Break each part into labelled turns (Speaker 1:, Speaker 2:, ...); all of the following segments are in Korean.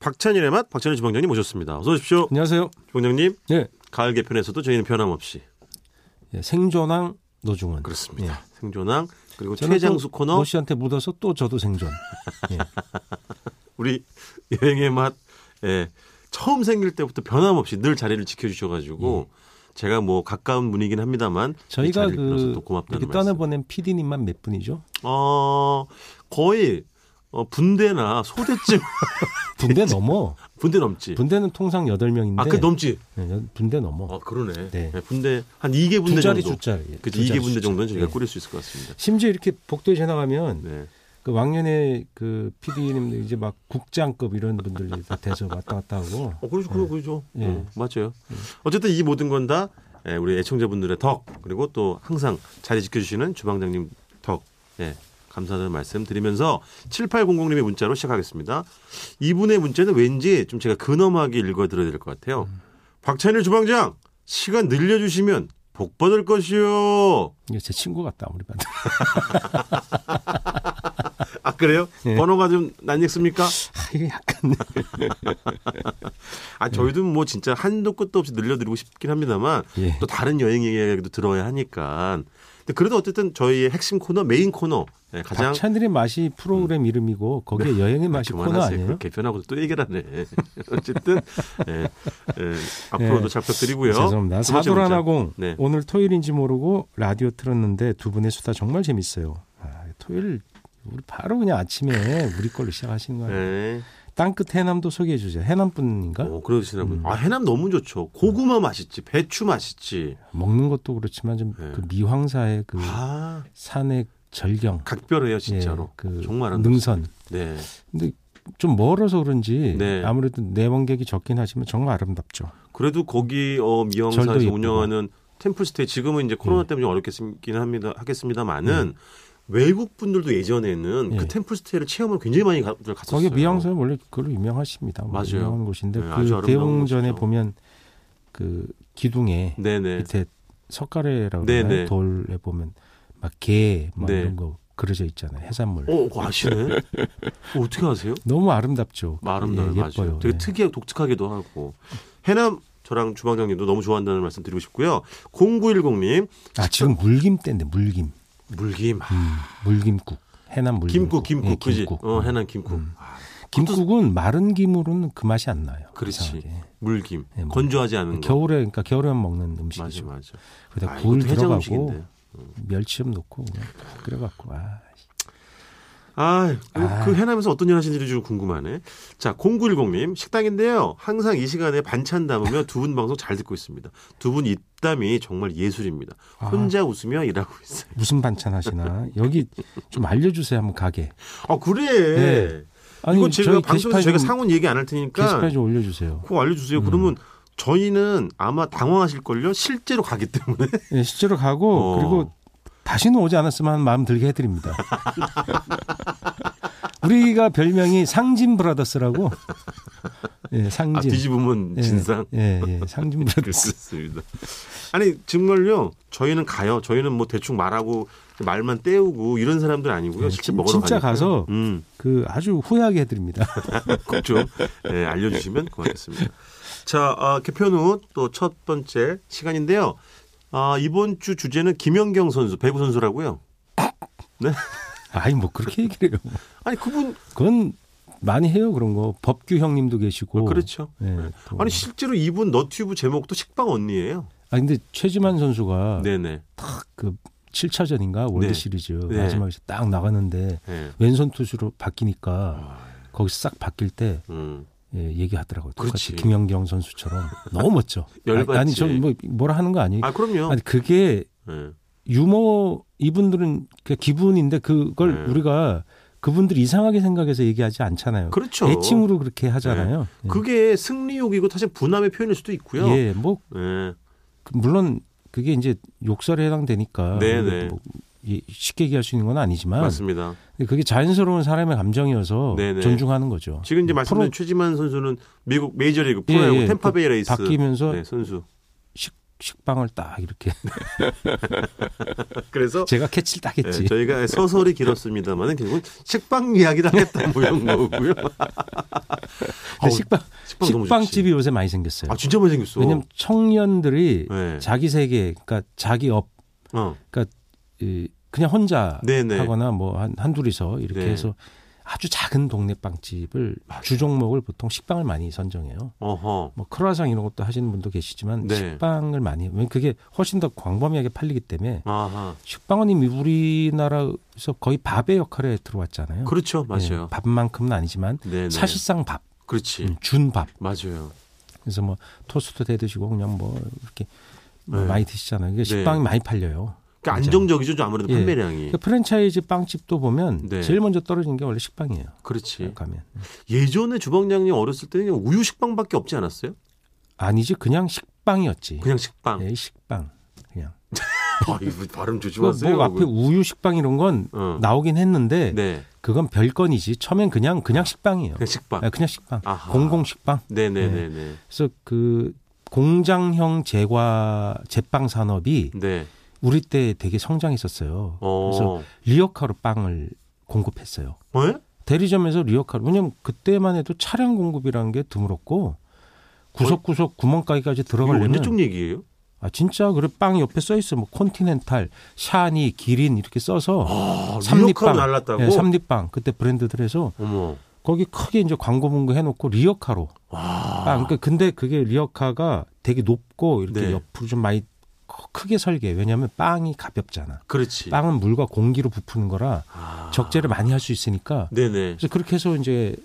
Speaker 1: 박찬일의 맛 박찬일 주방장님 모셨습니다. 어서 오십시오.
Speaker 2: 안녕하세요.
Speaker 1: 주방장님
Speaker 2: 예.
Speaker 1: 가을 개편에서도 저희는 변함없이
Speaker 2: 예, 생존왕 노중원.
Speaker 1: 그렇습니다. 생존왕 그리고
Speaker 2: 네. 저는 또
Speaker 1: 최장수 코너
Speaker 2: 노 씨한테 묻어서 또 저도 생존. 예.
Speaker 1: 우리 여행의 맛 예. 처음 생길 때부터 변함없이 늘 자리를 지켜주셔가지고 제가 뭐 가까운 분이긴 합니다만 이
Speaker 2: 네. 저희가
Speaker 1: 자리를 빌어서
Speaker 2: 그
Speaker 1: 또 고맙다는
Speaker 2: 이렇게
Speaker 1: 말씀.
Speaker 2: 떠나보낸 PD님만 몇 분이죠?
Speaker 1: 어 거의 어, 분대나 소대쯤
Speaker 2: 분대 넘어.
Speaker 1: 분대 넘지.
Speaker 2: 분대는 통상 여덟 명인데
Speaker 1: 예.
Speaker 2: 예,
Speaker 1: 아 그 넘지.
Speaker 2: 분대 넘어.
Speaker 1: 아 그러네.
Speaker 2: 네.
Speaker 1: 네, 분대 한 2개 분대
Speaker 2: 두 자리
Speaker 1: 정도.
Speaker 2: 숫자리. 예,
Speaker 1: 그
Speaker 2: 두
Speaker 1: 2개
Speaker 2: 자리
Speaker 1: 분대
Speaker 2: 숫자리.
Speaker 1: 정도는 저희가
Speaker 2: 예.
Speaker 1: 꾸릴 수 있을 것 같습니다.
Speaker 2: 심지어 이렇게 복도에 지나가면
Speaker 1: 네.
Speaker 2: 그 왕년에 그 PD님들 이제 막 국장급 이런 분들이 다 돼서 왔다 갔다 하고
Speaker 1: 어, 그렇죠, 그렇죠, 그렇죠.
Speaker 2: 예.
Speaker 1: 어, 맞아요. 어쨌든 이 모든 건 다 예, 우리 애청자분들의 덕 그리고 또 항상 자리 지켜주시는 주방장님 덕. 예. 감사하다는 말씀 드리면서 7800님의 문자로 시작하겠습니다. 이분의 문자는 왠지 좀 제가 근엄하게 읽어드려야 될 것 같아요. 박찬일 주방장 시간 늘려주시면 복 받을 것이요.
Speaker 2: 이게 제 친구 같다 아무리 봐도
Speaker 1: 아 그래요?
Speaker 2: 예.
Speaker 1: 번호가 좀 낯익습니까?
Speaker 2: 아, 이게 약간
Speaker 1: 아 저희도 뭐 진짜 한도 끝도 없이 늘려드리고 싶긴 합니다만
Speaker 2: 예.
Speaker 1: 또 다른 여행 이야기도 들어야 하니까. 근데 그래도 어쨌든 저희의 핵심 코너, 메인 코너 예, 가장
Speaker 2: 박찬일의 맛이 프로그램 이름이고 거기에 여행의 맛이 코너
Speaker 1: 음. 네. 그만하세요.
Speaker 2: 아니에요?
Speaker 1: 그걸 개편하고 또 얘기하네. 어쨌든 예, 예, 앞으로도
Speaker 2: 예.
Speaker 1: 잘 부탁드리고요.
Speaker 2: 죄송합니다.
Speaker 1: 두 번째 문자.
Speaker 2: 사도라나공
Speaker 1: 네.
Speaker 2: 오늘 토요일인지 모르고 라디오 틀었는데 두 분의 수다 정말 재밌어요. 아, 토요일 우리 바로 그냥 아침에 우리 걸로 시작하시는 거예요.
Speaker 1: 네.
Speaker 2: 땅끝 해남도 소개해 주세요. 해남 분인가?
Speaker 1: 오, 그러시나 보요
Speaker 2: 음.
Speaker 1: 아, 해남 너무 좋죠. 고구마 맛있지, 배추 맛있지.
Speaker 2: 먹는 것도 그렇지만 좀
Speaker 1: 네.
Speaker 2: 그 미황사의 그
Speaker 1: 아,
Speaker 2: 산의 절경,
Speaker 1: 각별해요, 진짜로.
Speaker 2: 예, 그
Speaker 1: 정말 안
Speaker 2: 능선.
Speaker 1: 네.
Speaker 2: 근데 좀 멀어서 그런지
Speaker 1: 네.
Speaker 2: 아무래도 내원객이 적긴 하지만 정말 아름답죠.
Speaker 1: 그래도 거기 어,
Speaker 2: 절도
Speaker 1: 미영사에서
Speaker 2: 예쁘고. 예.
Speaker 1: 운영하는 템플스테이 지금은 이제 코로나 때문에 좀 어렵겠긴 합니다 하겠습니다만은 외국 분들도 예전에는 그
Speaker 2: 예.
Speaker 1: 템플스테이를 체험을 굉장히 많이 가- 갔었어요.
Speaker 2: 거기 미양사는 원래 그걸로 유명하십니다. 뭐
Speaker 1: 그렇죠. 맞아요.
Speaker 2: 유명한 곳인데
Speaker 1: 네, 아주
Speaker 2: 그
Speaker 1: 아름다운
Speaker 2: 대웅전에
Speaker 1: 곳이죠.
Speaker 2: 보면 그 기둥에
Speaker 1: 네네.
Speaker 2: 밑에 석가래라고
Speaker 1: 네,
Speaker 2: 그러나요?
Speaker 1: 네.
Speaker 2: 돌에 보면 막개막
Speaker 1: 네.
Speaker 2: 이런 거 그려져 있잖아요. 해산물.
Speaker 1: 어 그거 아시네. 어, 어떻게 아세요?
Speaker 2: 너무 아름답죠.
Speaker 1: 뭐 아름다워요,
Speaker 2: 예,
Speaker 1: 맞아요.
Speaker 2: 예뻐요.
Speaker 1: 되게
Speaker 2: 예.
Speaker 1: 특이하고 독특하기도 하고 해남 저랑 주방장님도 너무 좋아한다는 말씀 드리고 싶고요. 0910님
Speaker 2: 아 지금 물김 때인데 물김.
Speaker 1: 물김 아,
Speaker 2: 음, 물김국. 해남
Speaker 1: 김국
Speaker 2: 물김국.
Speaker 1: 김국
Speaker 2: 예,
Speaker 1: 그지?
Speaker 2: 김국. 음.
Speaker 1: 어 해남 김국. 아,
Speaker 2: 김국은 마른 김으로는 그 맛이 안 나요.
Speaker 1: 그렇지.
Speaker 2: 이상하게.
Speaker 1: 물김
Speaker 2: 예, 뭐.
Speaker 1: 건조하지 않은 거.
Speaker 2: 겨울에 그러니까 겨울에 먹는
Speaker 1: 맞아
Speaker 2: 음식이죠.
Speaker 1: 맞아.
Speaker 2: 그다
Speaker 1: 아,
Speaker 2: 굴
Speaker 1: 이것도 해장
Speaker 2: 들어가고
Speaker 1: 음식인데.
Speaker 2: 멸치 좀 넣고 그냥 끓여갖고 아
Speaker 1: 아, 그,
Speaker 2: 아.
Speaker 1: 그 해남에서 어떤 일 하시는지 좀 궁금하네. 자, 0910님, 식당인데요. 항상 이 시간에 반찬 담으며 두 분 방송 잘 듣고 있습니다. 두 분 입담이 정말 예술입니다.
Speaker 2: 아.
Speaker 1: 혼자 웃으며 일하고 있어요.
Speaker 2: 무슨 반찬 하시나 여기 좀 알려주세요 한번 가게
Speaker 1: 아, 그래.
Speaker 2: 네. 아니
Speaker 1: 이거 제가
Speaker 2: 저희
Speaker 1: 방송에서
Speaker 2: 게시판
Speaker 1: 저희가
Speaker 2: 좀- 음.
Speaker 1: 상훈 얘기 안 할 테니까
Speaker 2: 게시판 좀 올려주세요
Speaker 1: 그거 알려주세요. 그러면 저희는 아마 당황하실걸요? 실제로 가기 때문에.
Speaker 2: 예, 실제로 가고
Speaker 1: 어.
Speaker 2: 그리고 다시는 오지 않았으면 하는 마음 들게 해드립니다 우리가 별명이 상진 브라더스라고 예
Speaker 1: 아,
Speaker 2: 상진
Speaker 1: 뒤집으면
Speaker 2: 예,
Speaker 1: 진상.
Speaker 2: 예, 예, 상진 브라더스
Speaker 1: 그렇습니다. 아니 정말요. 저희는 가요. 저희는 뭐 대충 말하고 말만 떼우고 이런 사람들 아니고요.
Speaker 2: 네,
Speaker 1: 실제
Speaker 2: 진-
Speaker 1: 먹으러
Speaker 2: 진짜
Speaker 1: 가니까요.
Speaker 2: 가서
Speaker 1: 음,
Speaker 2: 그 아주 후회하게 해드립니다
Speaker 1: 꼭좀 예, 알려주시면 고맙겠습니다. 자 아, 개편 후 또 첫 번째 시간인데요. 아, 이번 주 주제는 김연경 선수, 배구 선수라고요.
Speaker 2: 아니 뭐 그렇게 얘기를 해요
Speaker 1: 아니 그분
Speaker 2: 그건 많이 해요 그런 거 법규 형님도 계시고
Speaker 1: 그렇죠.
Speaker 2: 예,
Speaker 1: 네.
Speaker 2: 또-
Speaker 1: 아니 실제로 이분 너튜브 제목도 식빵 언니예요.
Speaker 2: 아 근데 최지만 선수가
Speaker 1: 네네.
Speaker 2: 그 7차전인가 월드
Speaker 1: 네.
Speaker 2: 시리즈
Speaker 1: 네.
Speaker 2: 마지막에 딱 나갔는데
Speaker 1: 예.
Speaker 2: 왼손 투수로 바뀌니까
Speaker 1: 아,
Speaker 2: 거기서 싹 바뀔 때
Speaker 1: 음.
Speaker 2: 예, 얘기하더라고요. 똑같이
Speaker 1: 그렇지.
Speaker 2: 김연경 선수처럼 너무 멋져.
Speaker 1: 열받지.
Speaker 2: 아니 저뭐 뭐라 하는 거 아니에요.
Speaker 1: 아 그럼요.
Speaker 2: 아니 그게
Speaker 1: 예.
Speaker 2: 유머 이분들은 그냥 기분인데 그걸
Speaker 1: 네.
Speaker 2: 우리가 그분들 이상하게 생각해서 얘기하지 않잖아요.
Speaker 1: 그렇죠. 네.
Speaker 2: 애칭으로 그렇게 하잖아요. 예.
Speaker 1: 그게 승리욕이고 사실 분함의 표현일 수도 있고요.
Speaker 2: 예, 뭐
Speaker 1: 예.
Speaker 2: 그 물론 그게 이제 욕설에 해당되니까
Speaker 1: 네, 네.
Speaker 2: 뭐 이- 쉽게 얘기할 수 있는 건 아니지만
Speaker 1: 맞습니다.
Speaker 2: 근데 그게 자연스러운 사람의 감정이어서
Speaker 1: 네, 네.
Speaker 2: 존중하는 거죠.
Speaker 1: 지금 이제 말씀드린
Speaker 2: 프로
Speaker 1: 최지만 선수는 미국 메이저리그
Speaker 2: 예,
Speaker 1: 프로야구
Speaker 2: 예.
Speaker 1: 템파베이 레이스
Speaker 2: 바뀌면서
Speaker 1: 네, 선수.
Speaker 2: 식, 식빵을 딱 이렇게
Speaker 1: 그래서
Speaker 2: 제가 캐치를 딱
Speaker 1: 예,
Speaker 2: 했지.
Speaker 1: 저희가 서설이 길었습니다만은 결국 은 식빵 이야기를 하겠다 뭐 이런 거고요.
Speaker 2: 근데
Speaker 1: 어우,
Speaker 2: 식빵
Speaker 1: 식빵 너무 좋지.
Speaker 2: 식빵집이 요새 많이 생겼어요.
Speaker 1: 아 진짜 많이 생겼어.
Speaker 2: 왜냐면 청년들이
Speaker 1: 네.
Speaker 2: 자기 세계, 그러니까 자기 업,
Speaker 1: 어.
Speaker 2: 이, 그냥 혼자
Speaker 1: 네네.
Speaker 2: 하거나 뭐한 한둘이서 이렇게
Speaker 1: 네.
Speaker 2: 해서 아주 작은 동네 빵집을 주 종목을 보통 식빵을 많이 선정해요.
Speaker 1: 어허.
Speaker 2: 뭐 크루아상 이런 것도 하시는 분도 계시지만
Speaker 1: 네.
Speaker 2: 식빵을 많이 왜냐면 그게 훨씬 더 광범위하게 팔리기 때문에
Speaker 1: 아하.
Speaker 2: 식빵은 이미 우리나라에서 거의 밥의 역할에 들어왔잖아요.
Speaker 1: 그렇죠.
Speaker 2: 예,
Speaker 1: 맞아요.
Speaker 2: 밥만큼은 아니지만
Speaker 1: 네. 예. 네.
Speaker 2: 사실상 밥,
Speaker 1: 그렇지.
Speaker 2: 음, 준밥.
Speaker 1: 맞아요.
Speaker 2: 그래서 뭐 토스트 대 드시고 그냥 뭐 이렇게 뭐
Speaker 1: 네.
Speaker 2: 많이 드시잖아요. 이게
Speaker 1: 네.
Speaker 2: 식빵이 많이 팔려요.
Speaker 1: 그러니까 안정적이죠. 좀 아무래도
Speaker 2: 예.
Speaker 1: 판매량이.
Speaker 2: 그 프랜차이즈 빵집도 보면
Speaker 1: 네.
Speaker 2: 제일 먼저 떨어지는 게 원래 식빵이에요.
Speaker 1: 그렇지.
Speaker 2: 가면
Speaker 1: 예전에 주방장님 어렸을 때는 그냥 우유 식빵밖에 없지 않았어요?
Speaker 2: 아니지 그냥 식빵이었지.
Speaker 1: 그냥 식빵.
Speaker 2: 예, 식빵 그냥.
Speaker 1: 아, 이거 발음
Speaker 2: 뭐,
Speaker 1: 조심하세요.
Speaker 2: 뭐 앞에
Speaker 1: 그거.
Speaker 2: 우유 식빵 이런 건
Speaker 1: 어.
Speaker 2: 나오긴 했는데
Speaker 1: 네.
Speaker 2: 그건 별건이지. 처음엔 그냥 그냥 식빵이에요.
Speaker 1: 그냥 식빵.
Speaker 2: 예, 그냥 식빵.
Speaker 1: 아하.
Speaker 2: 공공 식빵.
Speaker 1: 네네네네. 네.
Speaker 2: 그래서 그 공장형 제과 제빵 산업이 우리 때 되게 성장했었어요. 네. 그래서
Speaker 1: 네. 어.
Speaker 2: 리어카로 빵을 공급했어요.
Speaker 1: 어? 예?
Speaker 2: 대리점에서 리어카로 왜냐면 그때만 해도 차량 공급이라는 게 드물었고 구석구석 구멍가게까지
Speaker 1: 이거
Speaker 2: 들어가려면
Speaker 1: 언제 쪽 얘기예요?
Speaker 2: 아 진짜 그래 빵 옆에 써 있어 뭐 콘티넨탈, 샤니, 기린 이렇게 써서
Speaker 1: 아,
Speaker 2: 삼립빵.
Speaker 1: 리어카로 날랐다고?
Speaker 2: 예, 삼립빵 그때 브랜드들에서
Speaker 1: 어머.
Speaker 2: 거기 크게 이제 광고 문구 해놓고 리어카로
Speaker 1: 와.
Speaker 2: 아, 그러니까 근데 그게 리어카가 되게 높고 이렇게
Speaker 1: 네.
Speaker 2: 옆으로 좀 많이 커- 크게 설계. 왜냐하면 빵이 가볍잖아.
Speaker 1: 그렇지.
Speaker 2: 빵은 물과 공기로 부푸는 거라
Speaker 1: 예. 아.
Speaker 2: 적재를 많이 할 수 있으니까.
Speaker 1: 네네.
Speaker 2: 그래서 그렇게 해서 이제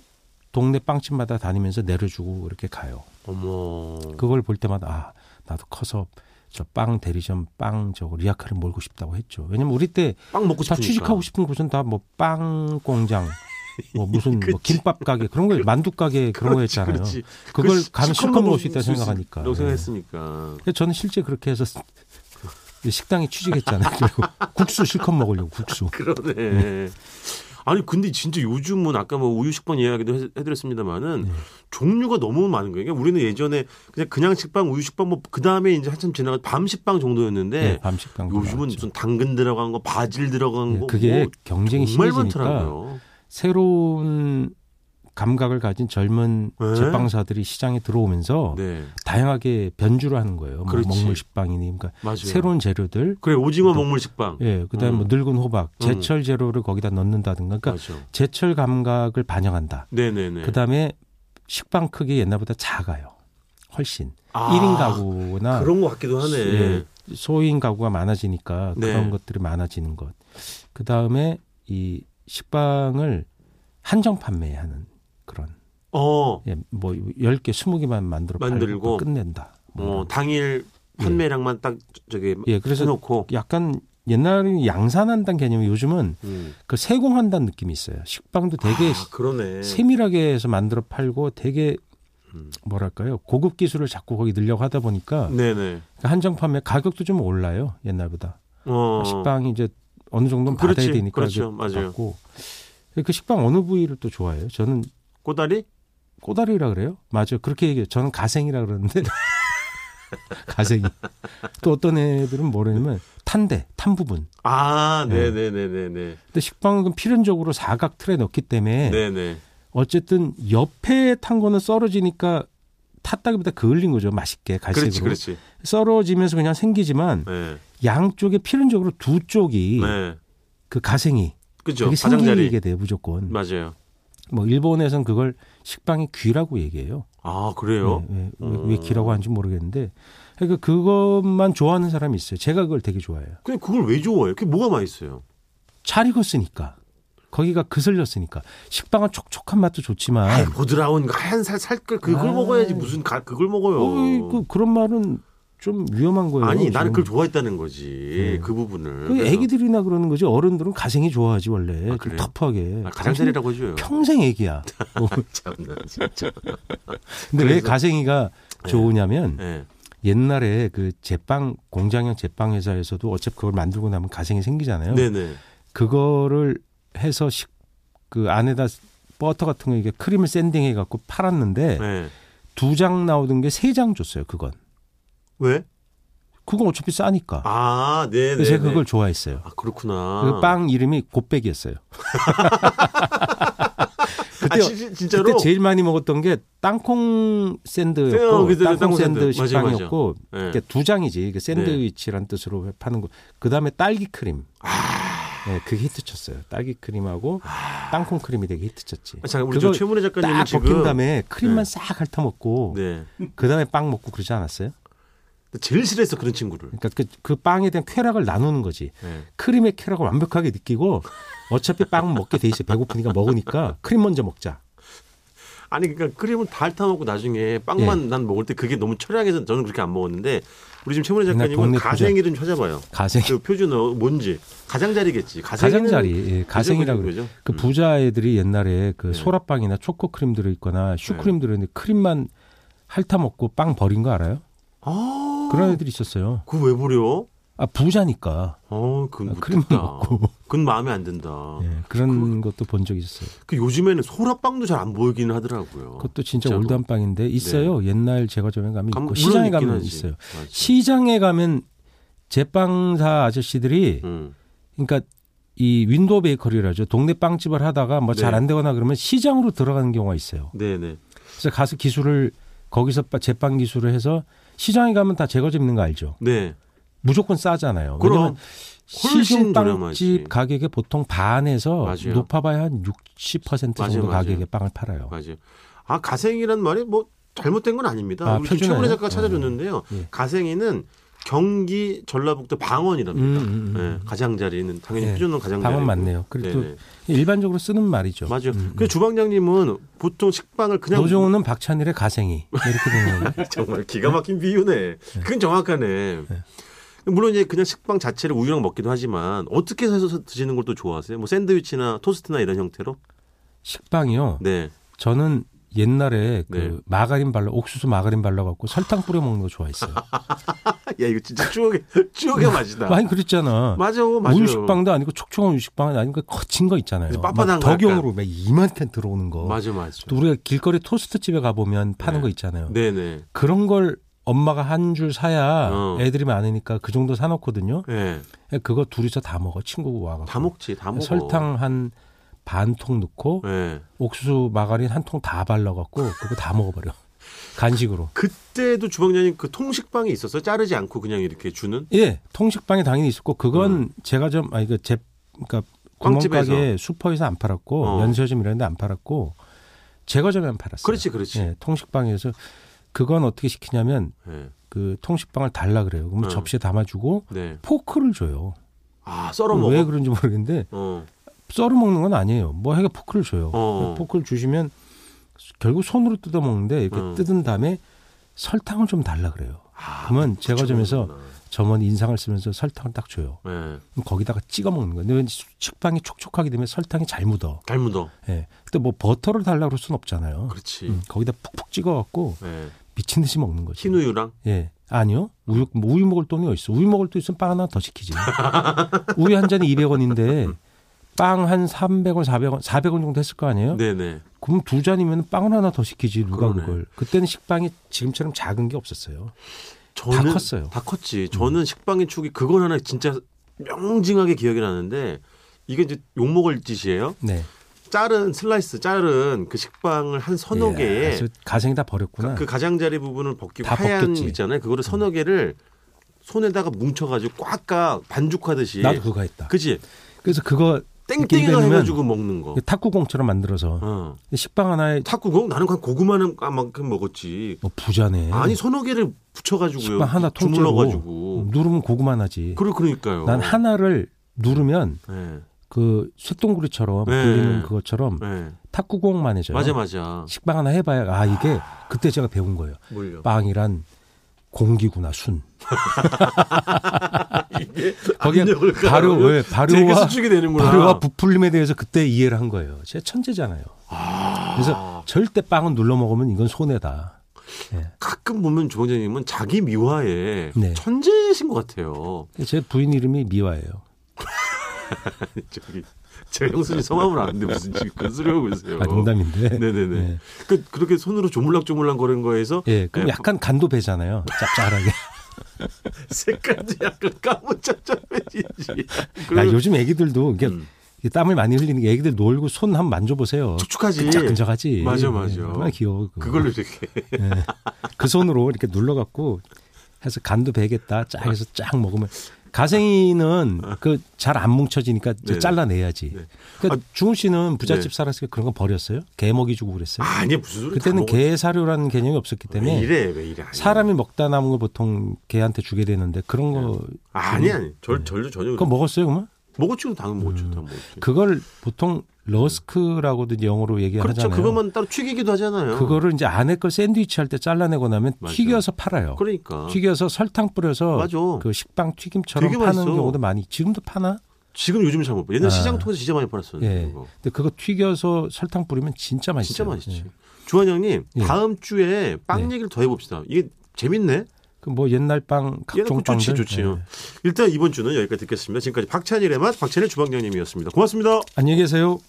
Speaker 2: 동네 빵집마다 다니면서 내려주고 이렇게 가요.
Speaker 1: 어머.
Speaker 2: 그걸 볼 때마다 아 나도 커서 저 빵 대리점 빵 저거 리아카를 몰고 싶다고 했죠. 왜냐면 우리 때 다
Speaker 1: 빵 먹고 싶으니까.
Speaker 2: 취직하고 싶은 곳은 다 뭐 빵 공장, 뭐 무슨 뭐
Speaker 1: 그치.
Speaker 2: 김밥 가게 그런 거 만두 가게 그런
Speaker 1: 그렇지,
Speaker 2: 거였잖아요.
Speaker 1: 그렇지.
Speaker 2: 그걸
Speaker 1: 그 시-
Speaker 2: 가면 실컷 먹을 수 있다
Speaker 1: 있을
Speaker 2: 생각하니까.
Speaker 1: 라고
Speaker 2: 예.
Speaker 1: 생각했으니까.
Speaker 2: 그래서 저는 실제 그렇게 해서 식당에 취직했잖아요. 그리고 국수 실컷 먹으려고 국수.
Speaker 1: 그러네. 아니 근데 진짜 요즘은 아까 뭐 우유 식빵 이야기도 해- 해드렸습니다만은
Speaker 2: 네.
Speaker 1: 종류가 너무 많은 거예요. 그러니까 우리는 예전에 그냥 그냥 식빵, 우유 식빵 뭐 그 다음에 이제 한참 지나가 밤 식빵 정도였는데
Speaker 2: 네, 밤 식당.
Speaker 1: 요즘은 무슨 당근 들어간 거, 바질 들어간 거,
Speaker 2: 네, 예, 그게
Speaker 1: 뭐
Speaker 2: 경쟁이
Speaker 1: 정말
Speaker 2: 심해지니까
Speaker 1: 많더라고요.
Speaker 2: 새로운 감각을 가진 젊은
Speaker 1: 네.
Speaker 2: 제빵사들이 시장에 들어오면서
Speaker 1: 네,
Speaker 2: 다양하게 변주를 하는 거예요. 뭐
Speaker 1: 그렇지.
Speaker 2: 먹물 식빵이니 그러니까
Speaker 1: 맞아요.
Speaker 2: 새로운 재료들,
Speaker 1: 그래 오징어 먹물 식빵.
Speaker 2: 예, 그다음에 뭐
Speaker 1: 음.
Speaker 2: 늙은 호박, 제철 재료를 거기다 넣는다든가, 그러니까
Speaker 1: 맞아.
Speaker 2: 제철 감각을 반영한다.
Speaker 1: 네네네.
Speaker 2: 그다음에 식빵 크기 옛날보다 작아요. 훨씬.
Speaker 1: 아,
Speaker 2: 일 1인 가구나
Speaker 1: 그런 것 같기도 하네.
Speaker 2: 예, 소인 가구가 많아지니까
Speaker 1: 네.
Speaker 2: 그런 것들이 많아지는 것. 그 다음에 이 식빵을 한정 판매하는 그런
Speaker 1: 어,
Speaker 2: 예, 뭐 10개, 20개만 만들어 팔고
Speaker 1: 만들고.
Speaker 2: 끝낸다. 뭐
Speaker 1: 어, 당일 판매량만 딱 저기
Speaker 2: 이런. 예, 그래서
Speaker 1: 해놓고.
Speaker 2: 약간 옛날에는 양산한다는 개념이 요즘은
Speaker 1: 음.
Speaker 2: 그 세공한다는 느낌이 있어요. 식빵도 되게
Speaker 1: 아, 그러네.
Speaker 2: 세밀하게 해서 만들어 팔고 되게
Speaker 1: 음.
Speaker 2: 뭐랄까요? 고급 기술을 자꾸 거기 넣으려고 하다 보니까
Speaker 1: 네네.
Speaker 2: 한정 판매 가격도 좀 올라요. 옛날보다.
Speaker 1: 어.
Speaker 2: 식빵이 이제 어느 정도는
Speaker 1: 그렇지,
Speaker 2: 받아야 되니까 어.
Speaker 1: 그렇죠.
Speaker 2: 이게
Speaker 1: 맞아요.
Speaker 2: 받고 그 식빵 어느 부위를 또 좋아해요? 저는
Speaker 1: 꼬다리?
Speaker 2: 꼬다리라 그래요? 맞아요. 그렇게 얘기해요. 저는 가생이라 그러는데 가생이 또 어떤 애들은 뭐냐면 탄대 탄 부분.
Speaker 1: 아,
Speaker 2: 네.
Speaker 1: 네네네네네.
Speaker 2: 근데 식빵은 그럼 필연적으로 사각 틀에 넣기 때문에
Speaker 1: 네네.
Speaker 2: 어쨌든 옆에 탄 거는 썰어지니까 탔다기보다 그을린 거죠. 맛있게 갈색으로
Speaker 1: 그렇지, 그렇지.
Speaker 2: 썰어지면서 그냥 생기지만
Speaker 1: 네.
Speaker 2: 양쪽에 필연적으로 두 쪽이
Speaker 1: 네.
Speaker 2: 그 가생이
Speaker 1: 그죠.
Speaker 2: 그게
Speaker 1: 가장자리.
Speaker 2: 생기게 돼요 무조건.
Speaker 1: 맞아요.
Speaker 2: 뭐 일본에선 그걸 식빵의 귀라고 얘기해요.
Speaker 1: 아, 그래요?
Speaker 2: 네, 네. 왜,
Speaker 1: 음.
Speaker 2: 왜 귀라고 하는지 모르겠는데 그러니까 그것만 좋아하는 사람이 있어요. 제가 그걸 되게 좋아해요.
Speaker 1: 근데 그걸 왜 좋아해요? 그게 뭐가 맛있어요?
Speaker 2: 잘 익었으니까 거기가 그슬렸으니까 식빵은 촉촉한 맛도 좋지만
Speaker 1: 아, 보드라운 하얀 살, 살걸 그걸
Speaker 2: 아.
Speaker 1: 먹어야지 무슨 가, 그걸 먹어요.
Speaker 2: 어이, 그, 그런 말은 좀 위험한 거예요.
Speaker 1: 아니, 나는 그걸
Speaker 2: 저는.
Speaker 1: 좋아했다는 거지.
Speaker 2: 네.
Speaker 1: 그 부분을.
Speaker 2: 그
Speaker 1: 그래서
Speaker 2: 애기들이나 그러는 거지 어른들은 가생이 좋아하지 원래
Speaker 1: 아,
Speaker 2: 좀
Speaker 1: 그래요?
Speaker 2: 터프하게
Speaker 1: 아, 가장자리라고 해줘요.
Speaker 2: 평생 애기야. 어,
Speaker 1: 참나, 진짜.
Speaker 2: 근데 왜
Speaker 1: 그래서-
Speaker 2: 가생이가 좋으냐면
Speaker 1: 네.
Speaker 2: 옛날에 그 제빵 공장형 제빵 회사에서도 어차피 그걸 만들고 나면 가생이 생기잖아요.
Speaker 1: 네네.
Speaker 2: 그거를 해서 식, 그 안에다 버터 같은 거 이게 크림을 샌딩해 갖고 팔았는데
Speaker 1: 네.
Speaker 2: 두 장 나오던 게 세 장 줬어요. 그건
Speaker 1: 왜?
Speaker 2: 그건 어차피 싸니까.
Speaker 1: 아, 네네.
Speaker 2: 그래서 제가 그걸 좋아했어요.
Speaker 1: 아, 그렇구나.
Speaker 2: 그 빵 이름이 곱빼기였어요.
Speaker 1: 아,
Speaker 2: 그때
Speaker 1: 진- 진짜로?
Speaker 2: 그때 제일 많이 먹었던 게 땅콩
Speaker 1: 어,
Speaker 2: 샌드였고
Speaker 1: 그때
Speaker 2: 땅콩,
Speaker 1: 땅콩
Speaker 2: 샌드
Speaker 1: 샌드. 맞아요,
Speaker 2: 식당이었고
Speaker 1: 맞아요. 예.
Speaker 2: 이게 두 장이지
Speaker 1: 네.
Speaker 2: 이게 샌드위치란 뜻으로 해- 파는 거. 그 다음에 딸기 크림.
Speaker 1: 아.
Speaker 2: 네, 그게 히트쳤어요. 딸기 크림하고 땅콩 크림이 되게 히트쳤지.
Speaker 1: 아, 잠깐 아. 우리 저 최문혜 작가님은
Speaker 2: 딱 벗긴
Speaker 1: 지금
Speaker 2: 다음에 크림만
Speaker 1: 네.
Speaker 2: 싹 핥아먹고
Speaker 1: 네.
Speaker 2: 그 다음에 빵 먹고 그러지 않았어요?
Speaker 1: 제일 싫어했어 그런 친구를.
Speaker 2: 그러니까 그, 그 빵에 대한 쾌락을 나누는 거지.
Speaker 1: 네.
Speaker 2: 크림의 쾌락을 완벽하게 느끼고 어차피 빵 먹게 돼 있어 배고프니까 먹으니까 크림 먼저 먹자.
Speaker 1: 아니 그러니까 크림은 다 핥아먹고 나중에
Speaker 2: 예.
Speaker 1: 빵만 난 먹을 때 그게 너무 철량해서 저는 그렇게 안 먹었는데 우리 지금 최문혜
Speaker 2: 옛날
Speaker 1: 작가님은
Speaker 2: 동네
Speaker 1: 가생이 좀 찾아봐요.
Speaker 2: 가생
Speaker 1: 그 표준어 뭔지 가장자리겠지. 가생이는
Speaker 2: 가장자리 예, 가생이라고 그래요.
Speaker 1: 그죠?
Speaker 2: 그
Speaker 1: 음.
Speaker 2: 부자 애들이 옛날에 그
Speaker 1: 네.
Speaker 2: 소라빵이나 초코 크림 들어있거나 슈크림 들어있는데 크림만 핥아 먹고 빵 버린 거 알아요?
Speaker 1: 아,
Speaker 2: 그런 애들이 있었어요.
Speaker 1: 그거 왜 버려?
Speaker 2: 아 부자니까
Speaker 1: 어, 그건
Speaker 2: 아,
Speaker 1: 못
Speaker 2: 크림
Speaker 1: 듣다. 어.
Speaker 2: 먹고
Speaker 1: 그건 마음에 안 든다.
Speaker 2: 예, 그런 것도 본 적이 있었어요.
Speaker 1: 그 요즘에는 소라빵도 잘 안 보이기는 하더라고요.
Speaker 2: 그것도
Speaker 1: 어.
Speaker 2: 진짜
Speaker 1: 진짜로. 네.
Speaker 2: 올드한 빵인데 있어요. 옛날 제과점에
Speaker 1: 감-
Speaker 2: 가면 있고
Speaker 1: 물론
Speaker 2: 그 시장에
Speaker 1: 있긴
Speaker 2: 가면
Speaker 1: 하지.
Speaker 2: 있어요.
Speaker 1: 맞아.
Speaker 2: 시장에 가면 제빵사 아저씨들이
Speaker 1: 음.
Speaker 2: 그러니까 이 윈도우 베이커리라죠. 동네 빵집을 하다가 뭐 잘
Speaker 1: 네.
Speaker 2: 안 되거나 그러면 시장으로 들어가는 경우가 있어요.
Speaker 1: 네네.
Speaker 2: 그래서 가서 기술을 거기서 빠- 제빵 기술을 해서 시장에 가면 다 제거 잡는 거 알죠.
Speaker 1: 네.
Speaker 2: 무조건 싸잖아요.
Speaker 1: 그럼.
Speaker 2: 왜냐면
Speaker 1: 훨씬
Speaker 2: 시중
Speaker 1: 저렴하지.
Speaker 2: 빵집 가격의 보통 반에서
Speaker 1: 맞아요.
Speaker 2: 높아봐야 한 60% 정도
Speaker 1: 맞아요, 맞아요.
Speaker 2: 가격의 빵을 팔아요.
Speaker 1: 맞아요. 아 가생이란 말이 뭐 잘못된 건 아닙니다.
Speaker 2: 아,
Speaker 1: 우리 지금
Speaker 2: 표준어예요?
Speaker 1: 최문혜 작가가
Speaker 2: 어.
Speaker 1: 찾아줬는데요.
Speaker 2: 예.
Speaker 1: 가생이는 경기 전라북도 방언이랍니다.
Speaker 2: 음, 음, 음.
Speaker 1: 예, 가장자리는 당연히
Speaker 2: 예,
Speaker 1: 표준어 가장자리.
Speaker 2: 방언 맞네요. 그리고
Speaker 1: 네네.
Speaker 2: 일반적으로 쓰는 말이죠. 음.
Speaker 1: 맞아요. 그 주방장님은 보통 식빵을 그냥
Speaker 2: 노종훈은 박찬일의 가생이 뭐 이렇게 되는 거예요.
Speaker 1: 정말 기가 막힌
Speaker 2: 예.
Speaker 1: 비유네. 그건 정확하네. 물론 이제 그냥 식빵 자체를 우유랑 먹기도 하지만 어떻게 해서 드시는 걸 또 좋아하세요? 뭐 샌드위치나 토스트나 이런 형태로?
Speaker 2: 식빵이요.
Speaker 1: 네.
Speaker 2: 저는 옛날에 그
Speaker 1: 네.
Speaker 2: 마가린 발라 옥수수 마가린 발라 갖고 설탕 뿌려 먹는 거 좋아했어요.
Speaker 1: 야 이거 진짜 추억의 추억의 맛이다.
Speaker 2: 많이 그랬잖아.
Speaker 1: 맞아, 맞아.
Speaker 2: 우유식빵도 아니고 촉촉한 우유식빵은 아니고 그 거친 거 있잖아요.
Speaker 1: 이제 빳빳한
Speaker 2: 막
Speaker 1: 거 약간.
Speaker 2: 덕용으로 막 이만큼 들어오는 거.
Speaker 1: 맞아, 맞아.
Speaker 2: 또 우리가 길거리 토스트 집에 가 보면 파는
Speaker 1: 네.
Speaker 2: 거 있잖아요.
Speaker 1: 네네.
Speaker 2: 그런 걸 엄마가 한 줄 사야
Speaker 1: 어.
Speaker 2: 애들이 많으니까 그 정도 사놓거든요.
Speaker 1: 예.
Speaker 2: 그거 둘이서 다 먹어. 친구 와갖고.
Speaker 1: 다 먹지, 다 먹어.
Speaker 2: 설탕 한 반통 넣고
Speaker 1: 예.
Speaker 2: 옥수수 마가린 한 통 다 발라갖고 그거 다 먹어버려. 간식으로.
Speaker 1: 그때도 주방장님 그 통식빵이 있었어. 요 자르지 않고 그냥 이렇게 주는.
Speaker 2: 예, 통식빵이 당연히 있었고 그건 제가 좀 아니 그제 그러니까
Speaker 1: 음. 빵집에서.
Speaker 2: 구멍가게 슈퍼에서 안 팔았고
Speaker 1: 어.
Speaker 2: 연세점 이런 데 안 팔았고 제과점에만 팔았어요.
Speaker 1: 그렇지, 그렇지.
Speaker 2: 예, 통식빵에서 그건 어떻게 시키냐면
Speaker 1: 예.
Speaker 2: 그 통식빵을 달라 그래요. 그러면
Speaker 1: 어.
Speaker 2: 접시에 담아주고
Speaker 1: 네.
Speaker 2: 포크를 줘요.
Speaker 1: 아, 썰어 먹어.
Speaker 2: 왜 그런지 모르겠는데
Speaker 1: 어.
Speaker 2: 썰어 먹는 건 아니에요. 뭐 해가 포크를 줘요.
Speaker 1: 어.
Speaker 2: 포크를 주시면 결국 손으로 뜯어 먹는데 이렇게
Speaker 1: 어.
Speaker 2: 뜯은 다음에 설탕을 좀 달라 그래요.
Speaker 1: 아,
Speaker 2: 그러면 제과점에서
Speaker 1: 그렇구나.
Speaker 2: 점원 인상을 쓰면서 설탕을 딱 줘요.
Speaker 1: 예.
Speaker 2: 그럼 거기다가 찍어 먹는 거예요. 근데 왠지 식빵이 촉촉하게 되면 설탕이 잘 묻어.
Speaker 1: 잘 묻어.
Speaker 2: 예. 근데 뭐 버터를 달라 그럴 순 없잖아요.
Speaker 1: 그렇지.
Speaker 2: 음, 거기다 푹푹 찍어 갖고
Speaker 1: 예.
Speaker 2: 미친 듯이 먹는 거죠.
Speaker 1: 흰 우유랑
Speaker 2: 예. 아니요. 우유 뭐 우유 먹을 돈이 어디 있어? 우유 먹을 돈 있으면 빵 하나 더 시키지. 우유 한 잔이 200원인데 빵 한 300원, 400원, 400원 정도 했을 거 아니에요?
Speaker 1: 네네
Speaker 2: 그럼 두 잔이면 빵을 하나 더 시키지 누가
Speaker 1: 그러네.
Speaker 2: 그걸 그때는 식빵이 지금처럼 작은 게 없었어요.
Speaker 1: 저는
Speaker 2: 컸어요. 음.
Speaker 1: 다 컸지 저는 식빵의 축이 그건 하나 진짜 명징하게 기억이 나는데 이게 이제 욕먹을 짓이에요
Speaker 2: 네.
Speaker 1: 자른 슬라이스 자른 그 식빵을 한 서너
Speaker 2: 예,
Speaker 1: 개에
Speaker 2: 아주 가생이 다 버렸구나.
Speaker 1: 그 가장자리 부분을 벗기고
Speaker 2: 다
Speaker 1: 하얀
Speaker 2: 벗겼지.
Speaker 1: 있잖아요 그거를 서너 개를 손에다가 뭉쳐가지고 꽉꽉 반죽하듯이
Speaker 2: 나도 그거 했다.
Speaker 1: 예. 그지
Speaker 2: 그래서 그거 이렇게
Speaker 1: 땡땡이가
Speaker 2: 입에넣으면
Speaker 1: 해가지고 먹는 거
Speaker 2: 그 탁구공처럼 만들어서
Speaker 1: 어.
Speaker 2: 식빵 하나에
Speaker 1: 탁구공 나는 그냥 고구마는 만큼 먹었지
Speaker 2: 뭐 부자네.
Speaker 1: 아니 서너 개를 붙여가지고요
Speaker 2: 식빵 하나 통째로
Speaker 1: 주물러가지고
Speaker 2: 누르면 고구마 나지.
Speaker 1: 그러 그러니까요.
Speaker 2: 난 하나를 누르면
Speaker 1: 예.
Speaker 2: 그 쇳덩구리처럼
Speaker 1: 네.
Speaker 2: 굴리는 그것처럼
Speaker 1: 예.
Speaker 2: 탁구공만 해져요.
Speaker 1: 맞아 맞아.
Speaker 2: 식빵 하나 해봐야 아 이게 그때 제가 배운 거예요.
Speaker 1: 몰려.
Speaker 2: 빵이란 공기구나 순.
Speaker 1: 이게
Speaker 2: 거기에
Speaker 1: 압력을
Speaker 2: 발효
Speaker 1: 가하면
Speaker 2: 왜
Speaker 1: 되게
Speaker 2: 발효와
Speaker 1: 수축이 되는구나.
Speaker 2: 발효와 부풀림에 대해서 그때 이해를 한 거예요. 제가 천재잖아요. 그래서 절대 빵은 눌러 먹으면 이건 손해다. 예.
Speaker 1: 가끔 보면 주방장님은 자기 미화에
Speaker 2: 네.
Speaker 1: 천재신 것 같아요.
Speaker 2: 제 부인 이름이 미화예요.
Speaker 1: 아니, 저기 제영순이 성함을 아는데 무슨 지금 그런 소리 하고 있어요.
Speaker 2: 네. 아, 농담인데.
Speaker 1: 네네네.
Speaker 2: 예.
Speaker 1: 그 그렇게 손으로 조물락조물락 거리는 거에서
Speaker 2: 예, 그럼
Speaker 1: 예,
Speaker 2: 약간 간도 배잖아요. 짭짤하게.
Speaker 1: 색깔도 약간 까무잡잡해지지.
Speaker 2: 야,
Speaker 1: 그러면
Speaker 2: 요즘 애기들도 이게
Speaker 1: 음.
Speaker 2: 이게 땀을 많이 흘리는 게 애기들 놀고 손 한번 만져보세요.
Speaker 1: 축축하지.
Speaker 2: 끈적끈적하지.
Speaker 1: 맞아, 맞아.
Speaker 2: 예, 얼마나 귀여워. 그거.
Speaker 1: 그걸로 이렇게
Speaker 2: 예. 그 손으로 이렇게 눌러갖고 해서 간도 배겠다. 쫙 해서 쫙 먹으면. 가생이는 그 잘 안 뭉쳐지니까 이제
Speaker 1: 네.
Speaker 2: 잘라내야지.
Speaker 1: 네.
Speaker 2: 그러니까 중훈 씨는 부잣집
Speaker 1: 네.
Speaker 2: 살았을 때 그런 거 버렸어요? 개 먹이 주고 그랬어요?
Speaker 1: 아니 무슨 소리
Speaker 2: 그때는 개 사료라는 개념이 없었기
Speaker 1: 왜
Speaker 2: 때문에
Speaker 1: 아, 이래 왜 이래 아니.
Speaker 2: 사람이 먹다 남은 걸 보통 개한테 주게 되는데 그런
Speaker 1: 네.
Speaker 2: 거
Speaker 1: 아니 아니 절 절로 전혀
Speaker 2: 음. 그거 먹었어요, 그러면?
Speaker 1: 먹었죠 당연히 먹었죠
Speaker 2: 음.
Speaker 1: 당연히 먹었죠.
Speaker 2: 그걸 보통 러스크라고도 이제 영어로
Speaker 1: 그렇죠
Speaker 2: 얘기하잖아요.
Speaker 1: 그것만 따로 튀기기도 하잖아요.
Speaker 2: 그거를 이제 안에 걸 샌드위치 할 때 잘라내고 나면
Speaker 1: 맞아요.
Speaker 2: 튀겨서 팔아요.
Speaker 1: 그러니까
Speaker 2: 튀겨서 설탕 뿌려서
Speaker 1: 맞아.
Speaker 2: 그 식빵 튀김처럼
Speaker 1: 되게
Speaker 2: 파는
Speaker 1: 맛있어.
Speaker 2: 경우도 많이 지금도 파나?
Speaker 1: 지금 요즘 잘못 봐. 옛날
Speaker 2: 아.
Speaker 1: 시장 통해서 진짜 많이 팔았었는데
Speaker 2: 예.
Speaker 1: 네, 그거.
Speaker 2: 근데 그거 튀겨서 설탕 뿌리면 진짜 맛있어요.
Speaker 1: 진짜 맛있지.
Speaker 2: 예.
Speaker 1: 주한영님
Speaker 2: 예.
Speaker 1: 다음 주에 빵
Speaker 2: 네.
Speaker 1: 얘기를 더 해봅시다. 이게 재밌네.
Speaker 2: 그뭐 옛날 빵
Speaker 1: 얘는
Speaker 2: 각종
Speaker 1: 그 좋지
Speaker 2: 빵들.
Speaker 1: 좋지.
Speaker 2: 예.
Speaker 1: 일단 이번 주는 여기까지 듣겠습니다. 지금까지 박찬일의 맛 박찬일 주방장님이었습니다. 고맙습니다.
Speaker 2: 안녕히 계세요.